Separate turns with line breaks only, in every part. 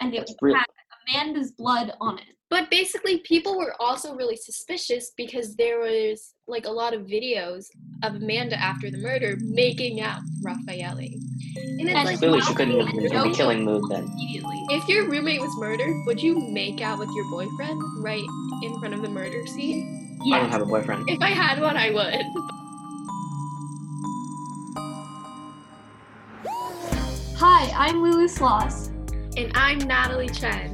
and it
real-
had Amanda's blood on it.
But basically, people were also really suspicious because there was like a lot of videos of Amanda after the murder making out with Raffaele. And
And
it's like,
Clearly, she
wow.
couldn't have been in the killing mood then.
Immediately.
if your roommate was murdered, would you make out with your boyfriend right in front of the murder
I
scene?
don't
yeah.
have a boyfriend.
If I had one, I would.
Hi, I'm Lulu Sloss.
And I'm Natalie Chen.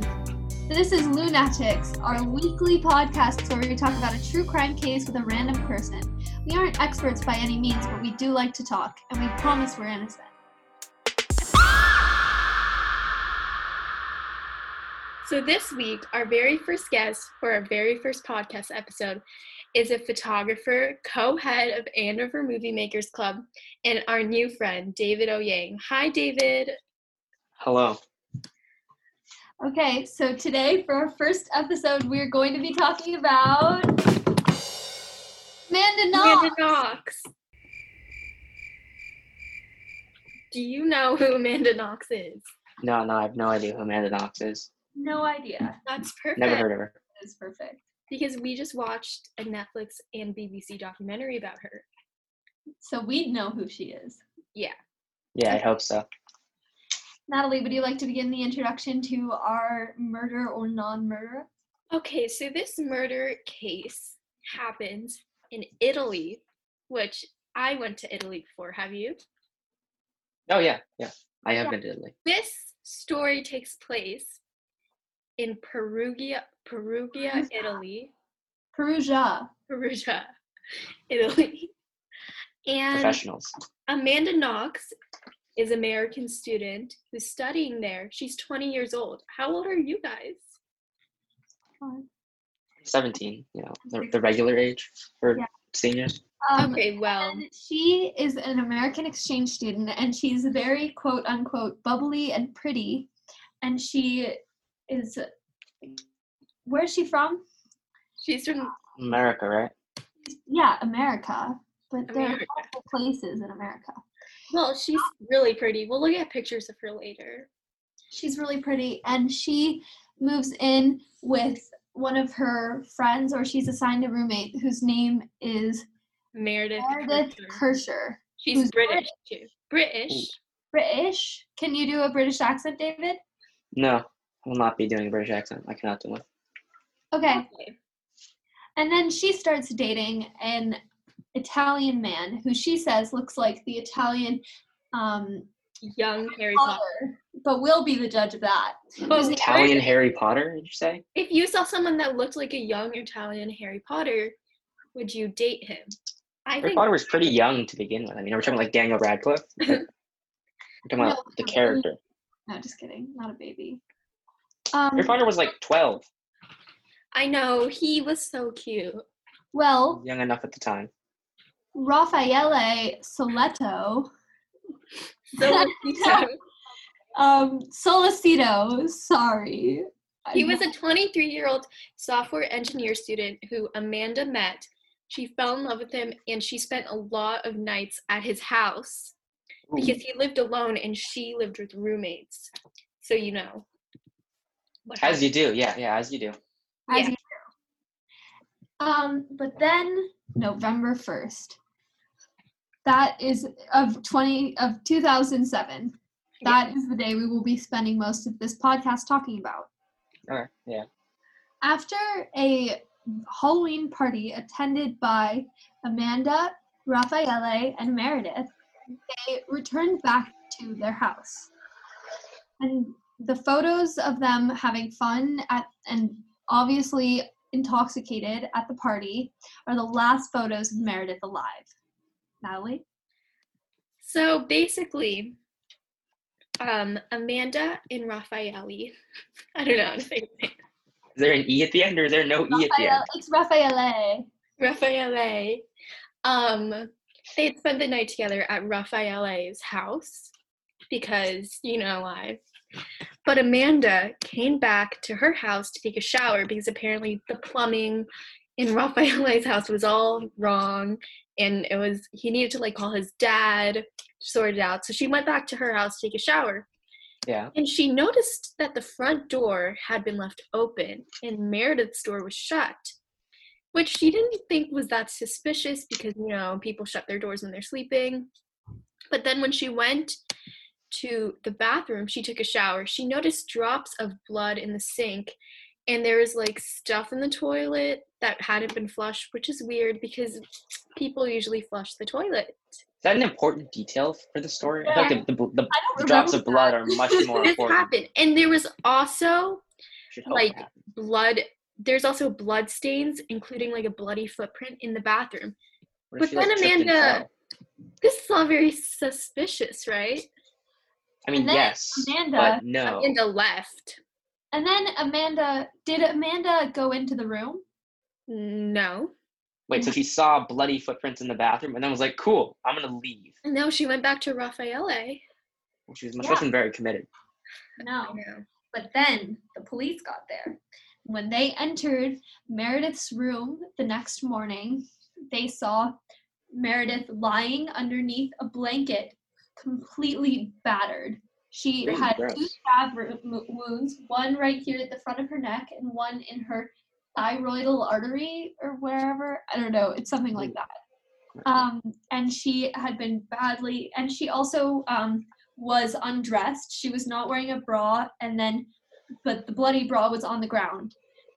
This is Lunatics, our weekly podcast where we talk about a true crime case with a random person. We aren't experts by any means, but we do like to talk, and we promise we're innocent.
So, this week, our very first guest for our very first podcast episode is a photographer, co head of Andover Movie Makers Club, and our new friend, David O'Yang. Hi, David.
Hello.
Okay, so today for our first episode, we're going to be talking about Amanda Knox.
Amanda Knox. Do you know who Amanda Knox is?
No, no, I have no idea who Amanda Knox is.
No idea.
That's perfect.
Never heard of her.
It's perfect.
Because we just watched a Netflix and BBC documentary about her.
So we know who she is.
Yeah, I hope so.
Natalie, would you like to begin the introduction to our murder or non-murder?
Okay, so this murder case happens in Italy, which I went to Italy before. Have you?
Oh yeah, yeah. I have
Yeah.
been to Italy.
This story takes place in Perugia, Perugia,
Perugia.
Italy.
Perugia.
Perugia, Italy. And
Professionals.
Amanda Knox is American student who's studying there. She's 20 years old. How old are you guys?
Um,
Seventeen. You know, the, the regular age for
Yeah.
seniors.
Um,
Okay, well,
and She is an American exchange student and she's very quote unquote bubbly and pretty. And she is, where's she from?
she's from
America, right?
Yeah, America. But there
America.
are awful places in America.
Well, she's really pretty. We'll look at pictures of her later.
She's really pretty and she moves in with one of her friends, or she's assigned a roommate whose name is
Meredith.
Meredith Kirscher.
Kircher. She's
who's
British too. British.
British. Can you do a British accent, David?
No, I will not be doing a British accent. I cannot do one.
Okay.
Okay.
And then she starts dating an Italian man who she says looks like the Italian um,
Young Harry Potter.
father, but we'll be the judge of that.
But
Italian Harry Potter, did you say?
If you saw someone that looked like a young Italian Harry Potter, would you date him? I
Harry
think
Potter was pretty young to begin with. I mean, are we talking like Daniel Radcliffe? Like, We're talking about
No,
the
no,
character.
um,
No, just kidding. Not a baby. Um,
Harry Potter was like 12,
I know he was so cute.
well,
young enough at the time.
Raffaele Soletto,
So was he, too.
um, Solicito, sorry.
he was a 23-year-old software engineer student who Amanda met. She fell in love with him and she spent a lot of nights at his house.
Ooh,
because he lived alone and she lived with roommates. So you know. What
as you do, yeah, yeah, as you do.
As
Yeah.
you do. Um, but then November first. That is of twenty of two thousand seven. That is the day we will be spending most of this podcast talking about.
All right, yeah.
After a Halloween party attended by Amanda, Raffaele, and Meredith, they returned back to their house. And the photos of them having fun at and obviously intoxicated at the party are the last photos of Meredith alive. Natalie?
So basically, um, Amanda and Raffaele. I don't know how to say his name.
Is there an E at the end or is there no E at the end?
Raffaele- It's Raffaele.
Raffaele. Um, they had spent the night together at Raffaele's house because you know why. But Amanda came back to her house to take a shower because apparently the plumbing in Raffaele's house was all wrong and it was he needed to like call his dad to sort it out. So she went back to her house to take a shower.
Yeah.
And she noticed that the front door had been left open and Meredith's door was shut, which she didn't think was that suspicious because, you know, people shut their doors when they're sleeping. But then when she went to the bathroom, she took a shower. She noticed drops of blood in the sink and there was like stuff in the toilet that hadn't been flushed, which is weird because people usually flush the toilet.
Is that an important detail for the story? I
Yeah.
feel like the, the, the,
I don't
the drops
remember
of blood are much more
this
important.
happened. And there was also
Should hope
like-
happened.
blood there's also blood stains including like a bloody footprint in the bathroom
What if
But
she, like,
then
tripped and
Amanda-
fell?
this is all very suspicious right
I mean,
And then
yes,
Amanda-
but no.
and the left
And then Amanda, did Amanda go into the room?
no
Wait, so she saw bloody footprints in the bathroom and then was like, "Cool, I'm gonna leave."
no she went back to rafaele
She was, must
Yeah.
wasn't very committed.
No.
Oh.
no.
But then the police got there. When they entered Meredith's room the next morning, they saw Meredith lying underneath a blanket, completely battered. She
Ooh,
had
gross.
two stab ru- mo- wounds, one right here at the front of her neck and one in her thyroidal artery or wherever. I don't know, it's something like
Ooh.
that. Um, and she had been badly, and she also um, was undressed. She was not wearing a bra, and then, but the bloody bra was on the ground,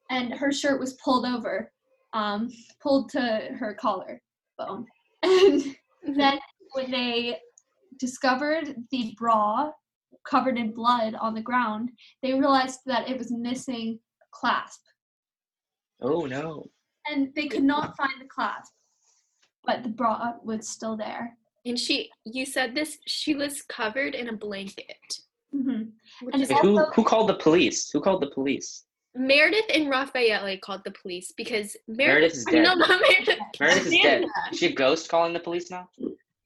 and her shirt was pulled over, um, pulled to her collar bone. And then when they discovered the bra covered in blood on the ground, they realized that it was missing a clasp,
Oh no!
and they could not find the clasp, but the bra was still there.
and she you said this she was covered in a blanket
hmm
which
And
is-
Wait, who
Also-
who called the police? Who called the police?
meredith and rafaele called the police because
Meredith is dead.
no not meredith
Meredith is dead.
Amanda.
Is she a ghost calling the police now?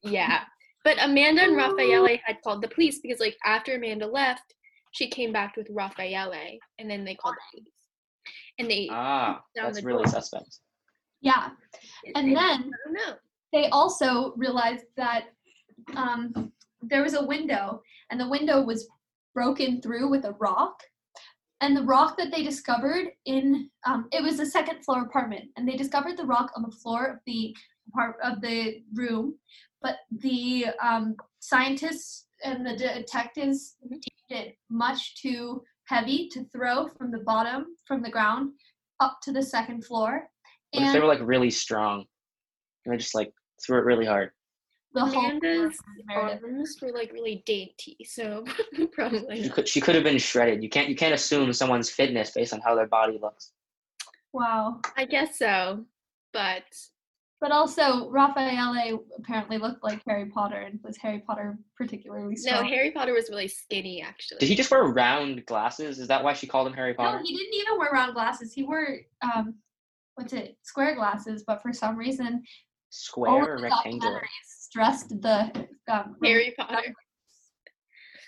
Yeah. But Amanda and
Oh.
Raffaele had called the police because like after Amanda left, she came back with Raffaele and then they called the police. And they
Ah,
Down
that's
the
really
door.
suspect.
Yeah, and then
I don't know.
they also realized that um, there was a window and the window was broken through with a rock and the rock that they discovered in um, it was a second floor apartment and they discovered the rock on the floor of the part of the room but the um, scientists and the detectives deemed it much too heavy to throw from the bottom from the ground up to the second floor
What if they were like really strong? And they just like threw it really hard.
the whole
Amanda's
Meredith.
arms were like really dainty, so
She
probably
could she could have been shredded. You can't you can't assume someone's fitness based on how their body looks.
wow
I guess so. But
But also, Raffaele apparently looked like Harry Potter, and was Harry Potter particularly
no,
strong?
Harry Potter was really skinny actually.
Did he just wear round glasses? Is that why she called him Harry Potter?
No, he didn't even wear round glasses. He wore um, what's it, square glasses. But for some reason, all
Square or
of the
rectangular?
documentaries stressed the um,
Harry Potter.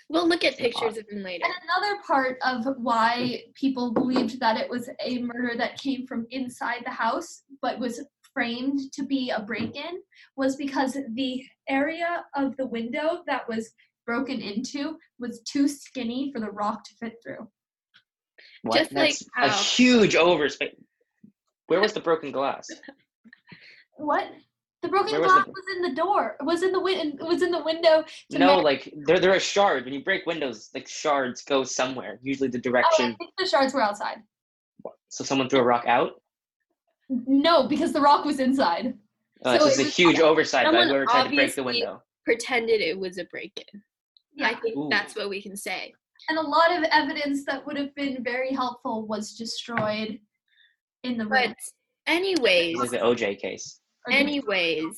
We'll look at pictures of him later.
And another part of why people believed that it was a murder that came from inside the house but was framed to be a break in was because the area of the window that was broken into was too skinny for the rock to fit through.
What?
Just like
That's a
um,
how-
huge overspace. Where was the broken glass?
What? The broken
Where was
glass
the-
was in the door. It was in the win- it was in the window. Oh, to
No,
make-
like there there are shards. When you break windows, like shards go somewhere. Usually the
Oh, I
direction.
think the shards were outside.
So someone threw a rock out.
No, because the rock was inside.
Uh,
So
so it's
it
a
was-
huge oversight by
someone
whoever tried to break the
obviously-
window.
Pretended it was a break in. I think
Ooh.
that's what we can say.
And a lot of evidence that would have been very helpful was destroyed in the room.
But anyways,
It's like the OJ case.
or the-
anyways,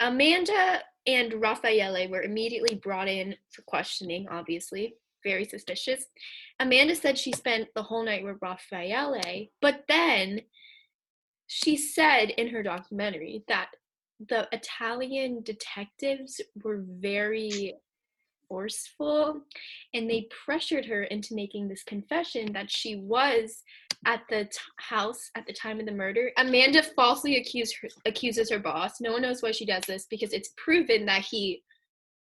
Amanda and Raffaele were immediately brought in for questioning, obviously. Very suspicious. Amanda said she spent the whole night with Raffaele, but then she said in her documentary that the Italian detectives were very forceful and they pressured her into making this confession that she was at the t- house at the time of the murder. Amanda falsely accused her, accuses her boss. No one knows why she does this because it's proven that he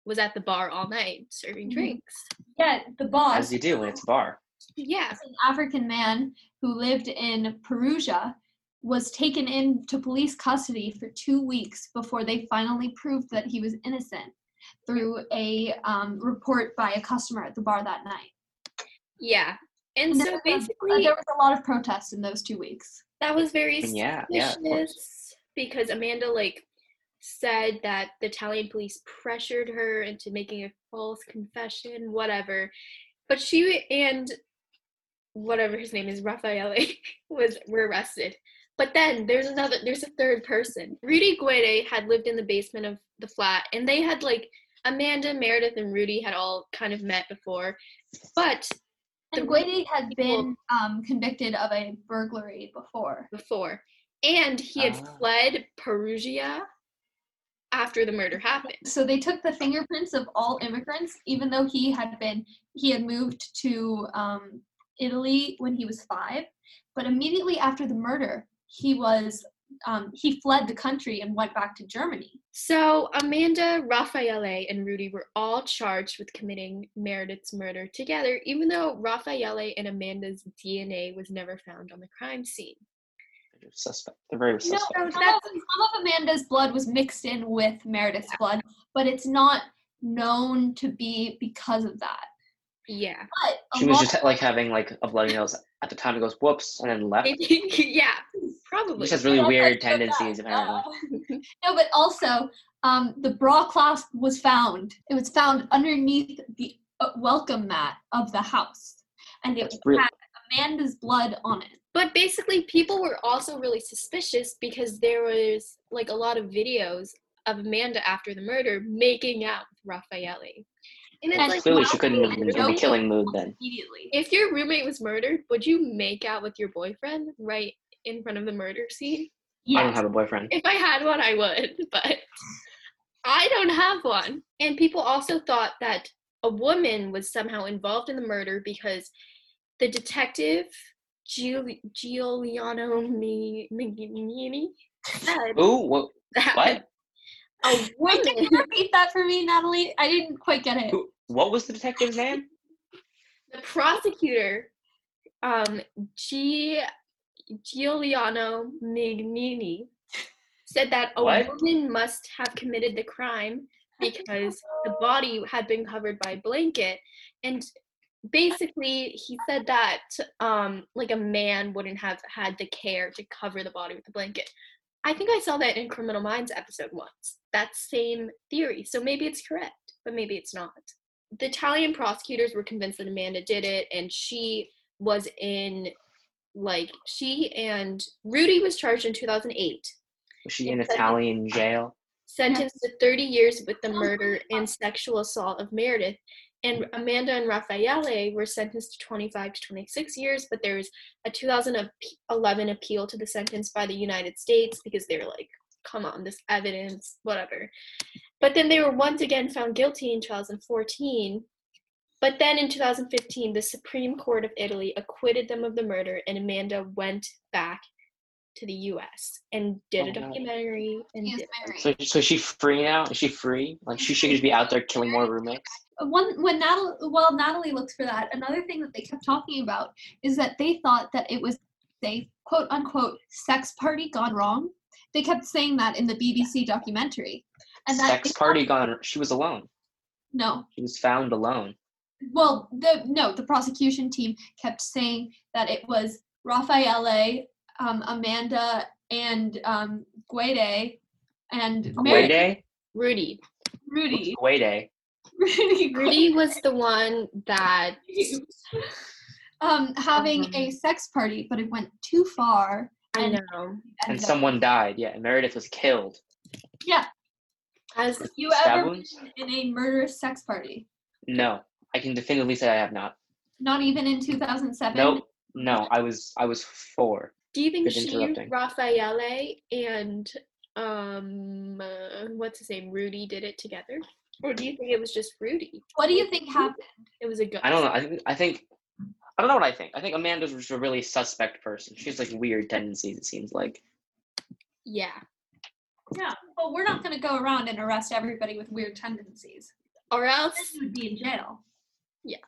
was at the bar all night serving
Mhm.
drinks.
Yeah, the boss.
as you do when it's a bar.
Yeah.
an African man who lived in Perugia was taken into police custody for two weeks before they finally proved that he was innocent through a um, report by a customer at the bar that night.
Yeah. And
And
so
there was- uh,
basically,
there was a lot of protest in those two weeks.
that was very
And yeah, yeah, of course.
suspicious because Amanda like said that the Italian police pressured her into making a false confession, whatever. But she and whatever his name is, Raffaele, was were arrested. But then there's another there's a third person. Rudy Guede had lived in the basement of the flat and they had like Amanda, Meredith, and Rudy had all kind of met before. But
And
The-
Guidi had been um, convicted of a burglary before.
before. And he had
Ah.
fled Perugia after the murder happened.
So they took the fingerprints of all immigrants, even though he had been he had moved to um, Italy when he was five. But immediately after the murder, he was um, he fled the country and went back to Germany.
So Amanda, Raffaele, and Rudy were all charged with committing Meredith's murder together, even though Raffaele and Amanda's DNA was never found on the crime scene.
They're suspect. They're very
No,
suspect.
no, some,
That's-
of, some of Amanda's blood was mixed in with Meredith's blood, but it's not known to be because of that.
Yeah.
But a
she was
lot-
just like having like a bloody nose at the time. It goes whoops and then left.
yeah, probably.
Which has really
Yeah,
weird
that's so bad.
tendencies apparently.
Oh. No, but also, um, the bra clasp was found. It was found underneath the uh, welcome mat of the house, and it
That's really-
had Amanda's blood on it.
But basically, people were also really suspicious because there was like a lot of videos of Amanda after the murder making out with Raffaele. And it's
And
like,
Clearly,
wow,
she couldn't have been in
no-
the killing mood then.
Immediately,
if your roommate was murdered, would you make out with your boyfriend right in front of the murder scene?
I don't
yes.
have a boyfriend.
If I had one, I would, but I don't have one. And people also thought that a woman was somehow involved in the murder because the detective Giul- Giuliano Mi- Mignini said
Ooh, what?
that
What?
a
Wait, can you
woman,
repeat that for me, Natalie? I didn't quite get it.
Who- What was the detective's name?
the prosecutor, um, G- Giuliano Mignini, said that a
What?
woman must have committed the crime because the body had been covered by a blanket and basically he said that um like a man wouldn't have had the care to cover the body with a blanket i think i saw that in criminal minds episode once that same theory so maybe it's correct but maybe it's not the italian prosecutors were convinced that amanda did it and she was in like she and rudy was charged in 2008
Was she in
It's like-
Italian jail?
sentenced to 30 years with the murder and sexual assault of Meredith. And Amanda and Raffaele were sentenced to 25 to 26 years, but there was a 2011 appeal to the sentence by the United States because they were like, come on, this evidence, whatever. But then they were once again found guilty in 2014. But then in 2015, the Supreme Court of Italy acquitted them of the murder, and Amanda went back to the US and did a
Oh, no.
documentary. And
He is
did-
married.
So, so is she free now? Is she free? Like she should just be out there killing more roommates.
one when Natalie while Natalie looks for that, another thing that they kept talking about is that they thought that it was a quote unquote sex party gone wrong. They kept saying that in the BBC documentary, and that
Sex
they-
party gone. She was alone.
No,
She was found alone.
well, the no, the prosecution team kept saying that it was Raffaele, um, Amanda, and um, Guede, and
Way
Mary,
day.
Rudy.
Rudy,
Way day.
Rudy,
Rudy was the one that
um, having a sex party, but it went too far.
I know.
And
ended up-
someone died. Yeah, and Meredith was killed.
As
you
Stab
ever
wounds?
been in a murderous sex party?
No, I can definitively say I have not.
Not even in 2007.
Nope. No, I was I was four.
do you think
Good
she,
interrupting.
Raffaele, and um, uh, what's his name, Rudy, did it together, or do you think it was just Rudy?
What do you think happened?
It was a gun.
I don't know. I think I think I don't know what I think. I think Amanda's just a really suspect person. She has like weird tendencies. It seems like.
Yeah.
Yeah, well, we're not going to go around and arrest everybody with weird tendencies.
Or else
Then you would be in jail.
Yeah.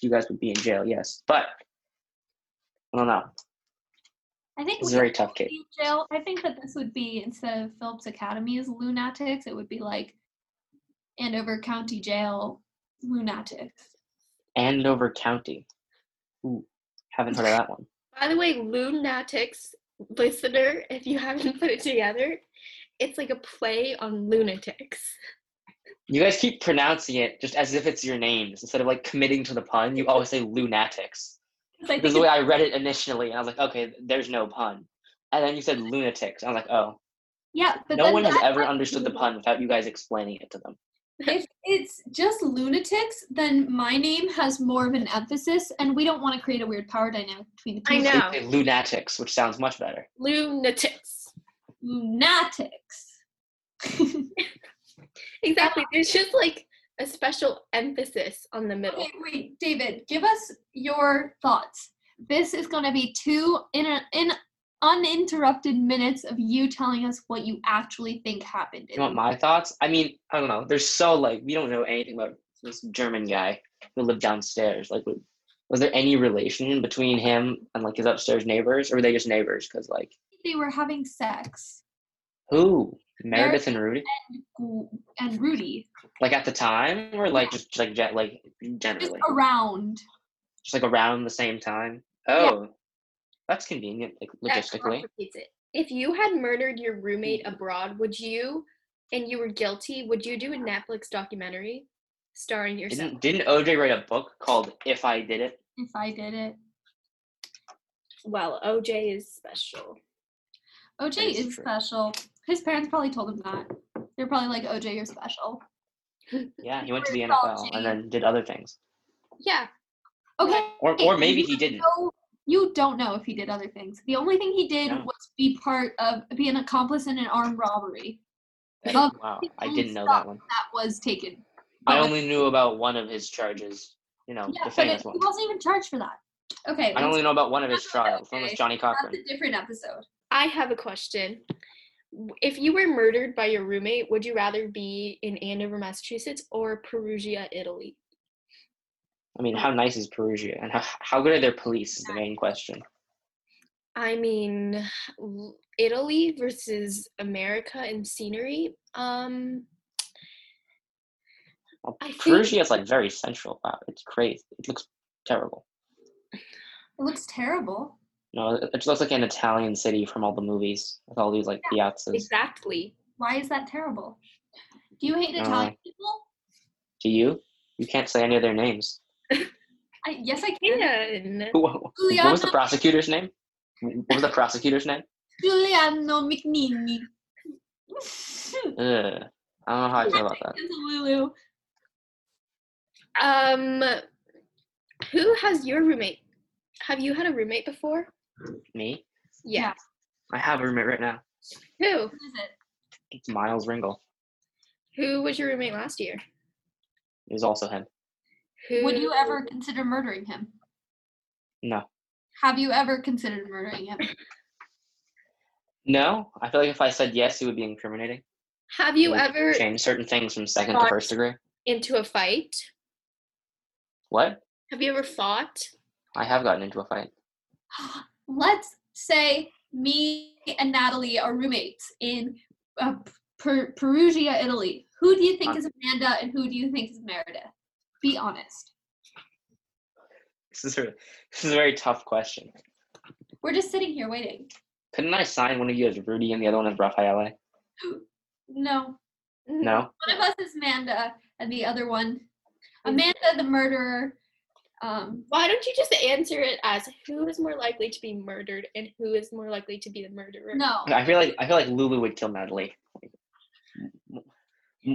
You guys would be in jail, yes. But I don't know.
I think
It's
we
a very tough
would
case.
be in jail. I think that this would be instead of Phillips Academy's lunatics, it would be like Andover County Jail lunatics.
Andover County. Ooh, haven't heard of that one.
By the way, lunatics listener, if you haven't put it together, it's like a play on lunatics.
You guys keep pronouncing it just as if it's your names instead of like committing to the pun. You always say lunatics.
'Cause I
Because
think
the way I read it initially, and I was like, okay, there's no pun. And then you said lunatics. and I was like, oh,
Yeah, but
no
then
one has
that-
ever understood the pun without you guys explaining it to them.
If it's just lunatics, then my name has more of an emphasis, and we don't want to create a weird power dynamic between the two.
I
of
So
us.
you
know.
say lunatics, which sounds much better.
Lunatics.
Lunatics.
Exactly. There's just like a special emphasis on the middle.
Wait, wait, David, give us your thoughts. This is going to be two in, in uninterrupted minutes of you telling us what you actually think happened.
You want my thoughts? I mean, I don't know. They're so like we don't know anything about this German guy who lived downstairs. Like, w- was there any relation between him and like his upstairs neighbors, or were they just neighbors? Because like,
they were having sex,
who Meredith and Rudy?
Gw- and Rudy
Like at the time, or like just like ge- like
just
generally,
around.
just like around the same time.
Yeah.
Oh, that's convenient. Like
That
logistically,
complicates it. If you had murdered your roommate abroad, would you, and you were guilty, would you do a Netflix documentary starring yourself?
didn't didn't OJ write a book called "If I Did It"?
If I did it,
Well, OJ is special.
OJ
That is
is,
true.
special. His parents probably told him that. They're probably like, OJ, you're special.
Yeah, he went to
Where
the
it's all
NFL
changed.
and then did other things,
Yeah,
Okay.
or or maybe he didn't.
No, you don't know if he did other things. The only thing he did
No.
was be part of, be an accomplice in an armed robbery. Love
Wow,
his
I
own
didn't know
stuff.
that one.
That was taken.
I
But-
only knew about one of his charges. You know,
Yeah,
the
but
famous
it,
one.
he wasn't even charged for that. Okay,
I only know about one of his
Okay,
trials. One was Johnny
that's
Cochran.
a different episode.
I have a question. W- If you were murdered by your roommate, would you rather be in Andover, Massachusetts or Perugia, Italy?
I mean, how nice is Perugia, and how, how good are their police is the main question.
I mean, l- Italy versus America in scenery. Um,
Well,
I think-
Perugia is like very central. Wow, it's crazy. It looks terrible.
It looks terrible.
No, it it just looks like an Italian city from all the movies with all these like piazzas.
exactly.
Why is that terrible? Do you hate
Uh,
Italian people?
Do you? You can't say any of their names.
I, yes, I can.
And
Who, what was the
Giuliano,
prosecutor's name? What was the prosecutor's name?
Giuliano McNini.
Ugh. I don't know how I feel about that.
Lulu.
um, who has your roommate? Have you had a roommate before?
Me?
Yeah.
I have a roommate right now.
Who?
Who is it?
It's Miles Ringel.
Who was your roommate last year?
It was also him.
Who?
Would you ever consider murdering him?
No.
Have you ever considered murdering him?
No, I feel like if I said yes, it would be incriminating.
Have you
Would
ever
change certain things from second to
Right.
first degree?
into a fight?
What?
Have you ever fought?
I have gotten into a fight.
Let's say me and Natalie are roommates in uh, per- Perugia, Italy. Who do you think
Uh.
is Amanda and who do you think is Meredith? Be honest.
This is a, this is a very tough question.
We're just sitting here waiting.
Couldn't I sign one of you as Rudy and the other one as Rafaele?
No.
No.
Mm-hmm.
One of us is Amanda and the other one, Amanda the murderer. Um,
Why don't you just answer it as who is more likely to be murdered and who is more likely to be the murderer?
no.
I feel like I feel like Lulu would kill Natalie. M-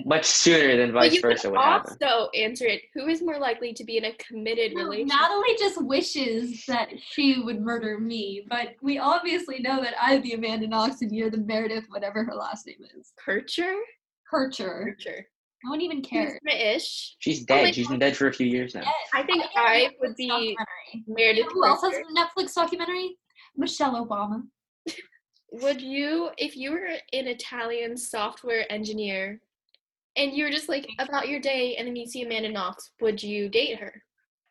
Much sooner than
But
vice
you could
versa would happen.
also answer it who is more likely to be in a committed
No,
relationship?
Natalie just wishes that she would murder me, but we obviously know that I'd be Amanda Knox and you're the Meredith, whatever her last name is.
Kircher?
Kircher.
Kircher.
No one even cares.
Ish.
She's
Oh my
dead. She's been dead for a few years now.
I think
have a
I
Netflix
would be-
documentary. You
Meredith
know who else has
Kircher.
a Netflix documentary? Michelle Obama.
Would you, if you were an Italian software engineer and you were just like about your day, and then you see Amanda Knox. Would you date her,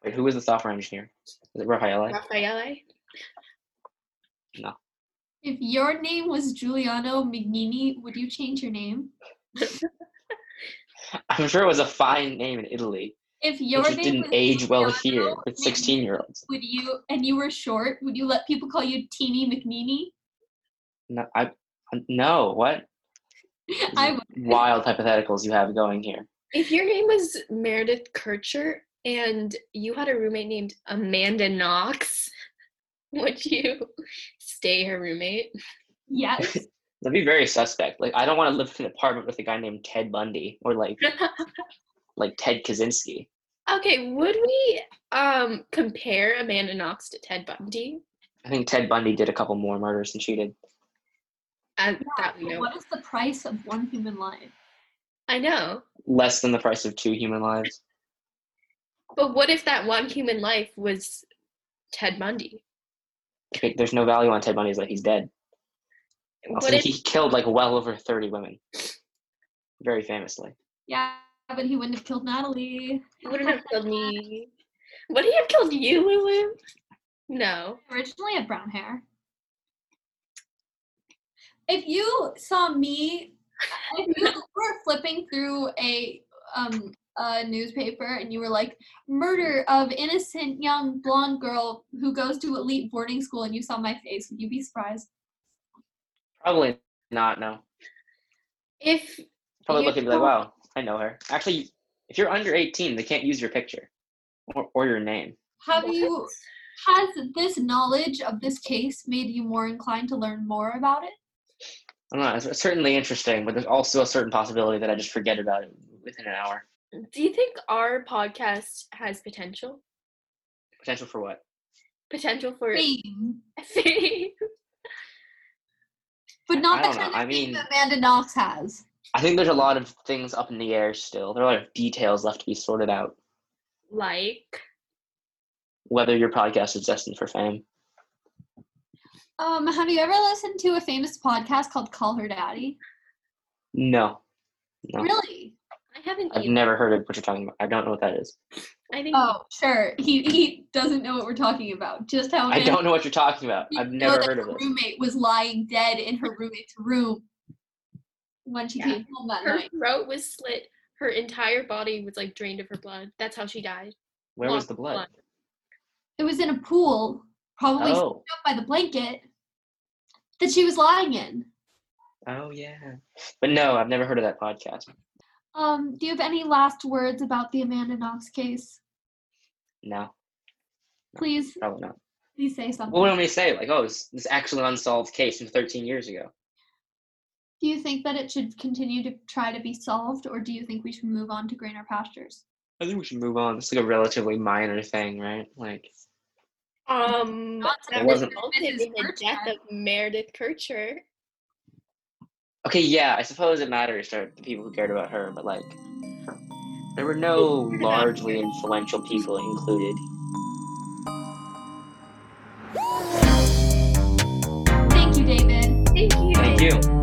Wait, who was the software engineer? Is it Rafaela?
Raffaele?
If your name was Giuliano Mignini, would you change your name?
I'm sure it was a fine name in Italy.
If
It
your
just
name
didn't
was
age well here
Giuliano
with
Mignini,
16 year olds.
would you and you were short, would you let people call you Teeny McNeeny?
No, I, no, what?
I would.
Wild hypotheticals you have going here.
If your name was Meredith Kircher and you had a roommate named Amanda Knox, would you stay her roommate?
Yes.
That'd be very suspect. Like, I don't want to live in an apartment with a guy named Ted Bundy or like like Ted Kaczynski.
okay, would we um compare Amanda Knox to Ted Bundy?
I think Ted Bundy did a couple more murders than she did.
Uh, that we know.
What is the price of one human life?
I know.
Less than the price of two human lives.
But what if that one human life was Ted Bundy?
Okay, There's no value on Ted Bundy's life. He's dead. Also,
What if
he killed like well over 30 women. Very famously.
Yeah, but he wouldn't have killed Natalie.
he wouldn't have killed me? Would he have killed you, Lulu? No.
Originally had brown hair. If you saw me, if you were flipping through a um a newspaper and you were like murder of innocent young blonde girl who goes to elite boarding school and you saw my face, would you be surprised?
Probably not, no.
If
Probably
You
look and be like,
don't-
wow, I know her. Actually, if you're under 18, they can't use your picture or, or your name.
Have you has this knowledge of this case made you more inclined to learn more about it?
I don't know. It's certainly interesting, but there's also a certain possibility that I just forget about it within an hour.
Do you think our podcast has potential?
Potential for what?
Potential for
Fame.
fame?
But not
I
the
don't
kind
know.
of
I
fame
mean-
that Amanda Knox has.
I think there's a lot of things up in the air still. There are a lot of details left to be sorted out.
like
Whether your podcast is destined for fame.
Um, have you ever listened to a famous podcast called Call Her Daddy?
No. No.
Really?
I haven't.
I've
Either.
never heard of what you're talking about. I don't know what that is.
I think
Oh, sure. He he doesn't know what we're talking about. Just how
I
Amanda
don't know what you're talking about. I've
didn't
never
know that
heard of
her
it.
roommate was lying dead in her roommate's room when she
Yeah.
came home that
her
night.
throat was slit. Her entire body was like drained of her blood. That's how she died.
Where was the
Blood.
blood?
It was in a pool, probably soaked
Oh.
up by the blanket that she was lying in.
Oh yeah. But no, I've never heard of that podcast.
Um, do you have any last words about the Amanda Knox case?
No,
Please,
probably not.
please say something.
What would I mean to say? Like, oh, this, this actually unsolved case from 13 years ago.
Do you think that it should continue to try to be solved, or do you think we should move on to greener pastures?
I think we should move on. It's like a relatively minor thing, right? Like,
Um,
Not to
that
It wasn't-
resulted in
Mrs.
the death
Kircher.
of Meredith Kircher.
okay, yeah, I suppose it matters to the people who cared about her, but like, there were no largely influential people included.
Thank you, David.
Thank you.
Thank you.